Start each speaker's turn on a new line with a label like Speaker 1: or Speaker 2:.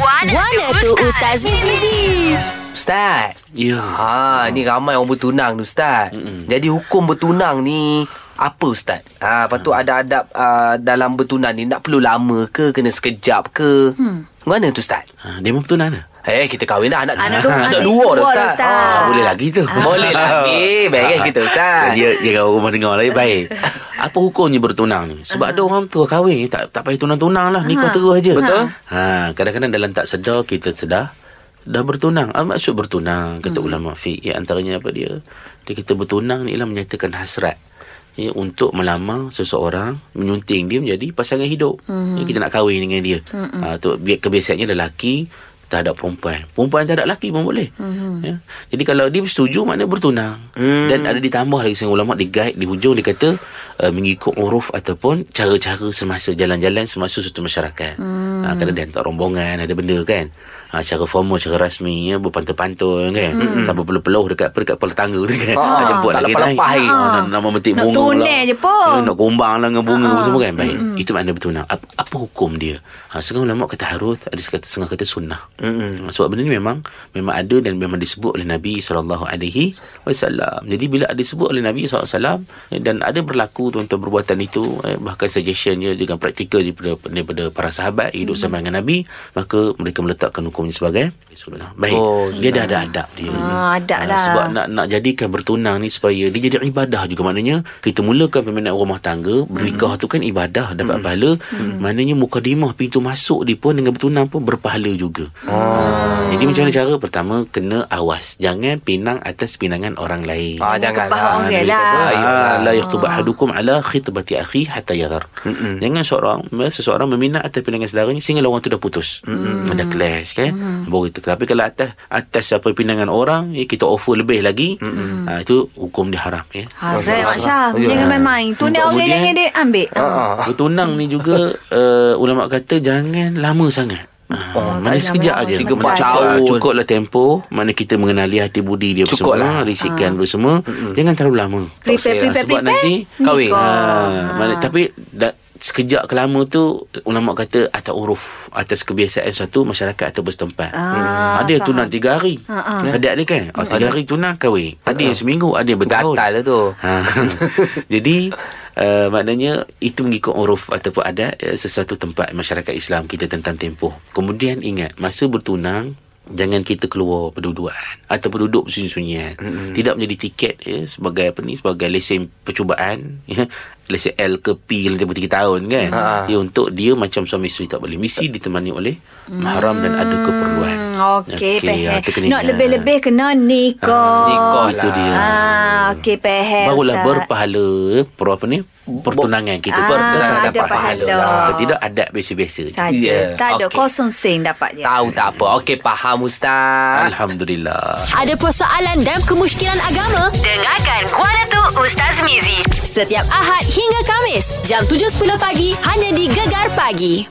Speaker 1: Wana tu Ustaz Mizi.
Speaker 2: Ustaz Ya ha, Ni ramai orang bertunang ni Ustaz Mm-mm. Jadi hukum bertunang ni Apa Ustaz? Ha, lepas
Speaker 3: Mm.
Speaker 2: tu ada adab uh, dalam bertunang ni Nak perlu lama ke? Kena sekejap ke? Hmm. Mana tu Ustaz?
Speaker 3: Ha, dia pun bertunang dah.
Speaker 2: Eh kita kahwin dah anak,
Speaker 1: Anak
Speaker 2: dua,
Speaker 1: dua-
Speaker 2: anak
Speaker 1: anak
Speaker 2: dua dah
Speaker 1: dua dah,
Speaker 2: Ustaz,
Speaker 1: Ustaz.
Speaker 2: Ah,
Speaker 3: Ah, boleh lagi tu.
Speaker 2: Boleh lagi Baik kan kita Ustaz
Speaker 3: Dia dia kau rumah dengar lah eh, baik. Apa hukumnya bertunang ni? Sebab ada orang tua kahwin tak tak payah tunang-tunang lah, nikah terus aja.
Speaker 2: Ah. Betul.
Speaker 3: Ha, kadang-kadang dalam tak sedar kita sedar dah bertunang. Ah, maksud bertunang
Speaker 2: Hmm.
Speaker 3: kata ulama fiqh ya, antaranya apa dia? Dia kita bertunang ni ialah menyatakan hasrat. Ya, untuk melamar seseorang menyunting dia menjadi pasangan hidup.
Speaker 2: Mhm.
Speaker 3: Ya, kita nak kahwin dengan dia. Mm-hmm. Ha, tu bi- kebiasaannya lelaki terhadap perempuan. Perempuan terhadap lelaki pun boleh.
Speaker 2: Mhm.
Speaker 3: Mm-hmm. Ya. Jadi kalau dia setuju maknanya bertunang.
Speaker 2: Hmm.
Speaker 3: Mm. Dan ada ditambah lagi seorang ulama di guide di hujung dia kata uh, mengikut uruf ataupun cara-cara semasa jalan-jalan semasa suatu masyarakat.
Speaker 2: Hmm.
Speaker 3: Mm. Ha, kadang dia hantar rombongan ada benda kan. Ha, cara formal, cara rasmi, ya, berpantun-pantun kan. Mm. Sampai peluh-peluh dekat dekat kepala tangga tu kan.
Speaker 2: Hmm. Ah,
Speaker 3: Ha, jemput
Speaker 2: tak
Speaker 3: lagi
Speaker 2: lepas-lepas Ah, lagi.
Speaker 3: Ha, nak, nak memetik
Speaker 1: Ah. Nak
Speaker 3: bunga
Speaker 1: tunai je pun. Ah,
Speaker 3: Ya, nak gombang lah dengan bunga uh-huh. semua kan. Baik. Mm-hmm. Itu makna bertunang. Apa, apa hukum dia? Ha, setengah ulama kata harus, ada setengah kata, setengah kata sunnah. Mm-hmm. Sebab benda ni memang memang ada dan memang disebut oleh Nabi SAW. Jadi bila ada disebut oleh Nabi SAW eh, dan ada berlaku tuan-tuan perbuatan itu eh, bahkan suggestionnya dengan praktikal daripada, daripada para sahabat hidup mm-hmm. sama dengan Nabi maka mereka meletakkan hukumnya sebagai sunnah. Baik.
Speaker 2: Oh,
Speaker 3: Oh, dia dah ada adab dia.
Speaker 1: Ah, adab
Speaker 3: Ah,
Speaker 1: lah.
Speaker 3: Sebab nak nak jadikan bertunang ni supaya dia jadi ibadah juga maknanya kita mulakan peminat rumah tangga bernikah tu kan ibadah dapat pahala maknanya mukadimah pintu masuk dia pun dengan bertunang pun berpahala juga hmm. jadi macam mana cara pertama kena awas jangan pinang atas pinangan orang lain
Speaker 2: Ah, janganlah.
Speaker 1: kepahang orang
Speaker 2: Nabi
Speaker 1: lah.
Speaker 2: kata, ayolah.
Speaker 3: Ah, la yakhtub ahadukum ala khitbati akhi hatta yadhar. Jangan seorang ya, seseorang meminat atas pilihan saudaranya sehingga orang tu dah putus. Mm-mm. Dah clash kan. Baru itu. Tapi kalau atas atas apa pinangan orang, eh, kita offer lebih lagi, ah, itu hukum dia haram ya.
Speaker 1: Harap Mak Syah. Jangan main-main. Tunai orang
Speaker 3: Kemudian-
Speaker 1: jangan dia ambil.
Speaker 3: Ah.
Speaker 2: ah.
Speaker 3: Bertunang ni juga uh, ulama kata jangan lama sangat. Oh, mana
Speaker 1: tak jangan lama
Speaker 3: sekejap aja Mana
Speaker 2: sangat.
Speaker 3: cukup-
Speaker 2: Tahun.
Speaker 3: Cukuplah tempo Mana kita mengenali hati budi dia
Speaker 2: Cukup lah.
Speaker 3: semua Risikan apa semua Jangan terlalu lama
Speaker 1: Ah. Prepare,
Speaker 3: Ah,
Speaker 1: prepare,
Speaker 3: Sebab
Speaker 1: prepare.
Speaker 3: nanti
Speaker 2: kahwin.
Speaker 1: Nikah. Ah.
Speaker 3: Ha, mana, tapi da, sekejap kelama tu ulama kata atas uruf atas kebiasaan suatu masyarakat atau bersetempat. Hmm.
Speaker 1: Ah,
Speaker 3: ada
Speaker 1: faham.
Speaker 3: yang
Speaker 1: Ah,
Speaker 3: tunang tiga hari. Ada ni kan. Oh, tiga hari tunang kahwin. Ada yang seminggu, ada yang bertahun.
Speaker 2: Hmm. Ah. Gatal lah tu.
Speaker 3: Ha. Jadi uh, maknanya itu mengikut uruf ataupun adat uh, sesuatu tempat masyarakat Islam kita tentang tempoh. Kemudian ingat masa bertunang jangan kita keluar perduduan atau duduk sunyi-sunyian. Mm-hmm. Tidak menjadi tiket ya sebagai apa ni sebagai lesen percubaan ya lesen L ke P dalam tempoh 3 tahun kan.
Speaker 2: Ha.
Speaker 3: Ya untuk dia macam suami isteri tak boleh mesti ditemani oleh mahram dan ada keperluan.
Speaker 1: Mm, Hmm, Okey, okay,
Speaker 3: Okey, ha, tu kena
Speaker 1: Nak
Speaker 3: ingat.
Speaker 1: lebih-lebih kena nikah.
Speaker 2: Ah, nikah
Speaker 3: Itu
Speaker 2: lah.
Speaker 3: dia.
Speaker 1: Ah, okey, pehe.
Speaker 3: Barulah berpahala per apa ni pertunangan kita
Speaker 1: Ah,
Speaker 3: pertunangan
Speaker 1: ada
Speaker 3: dapat
Speaker 1: pahala.
Speaker 3: pahala. Kalau tidak adat biasa-biasa. je.
Speaker 1: Saja.
Speaker 2: Ya,
Speaker 1: Yeah. Tak ada
Speaker 2: okey.
Speaker 1: kosong sen dapat dia.
Speaker 2: Tahu tak apa Okey faham Ustaz
Speaker 3: Alhamdulillah.
Speaker 1: Ada persoalan dan kemusykilan agama? Dengarkan Wana Tu Ustaz Mizi. Setiap Ahad hingga Kamis, jam 7.10 pagi, hanya di Gegar Pagi.